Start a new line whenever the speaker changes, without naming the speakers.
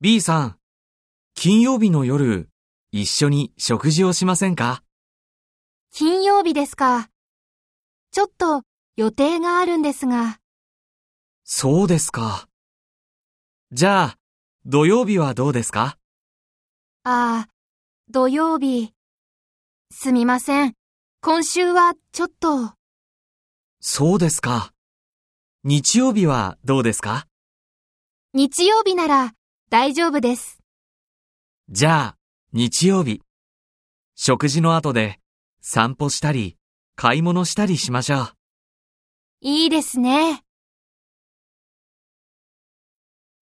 B さん、金曜日の夜、一緒に食事をしませんか
金曜日ですか。ちょっと予定があるんですが、
そうですか。じゃあ、土曜日はどうですか
ああ、土曜日。すみません。今週はちょっと、
そうですか。日曜日はどうですか
日曜日なら大丈夫です。
じゃあ、日曜日。食事の後で、散歩したり、買い物したりしましょう。
いいですね。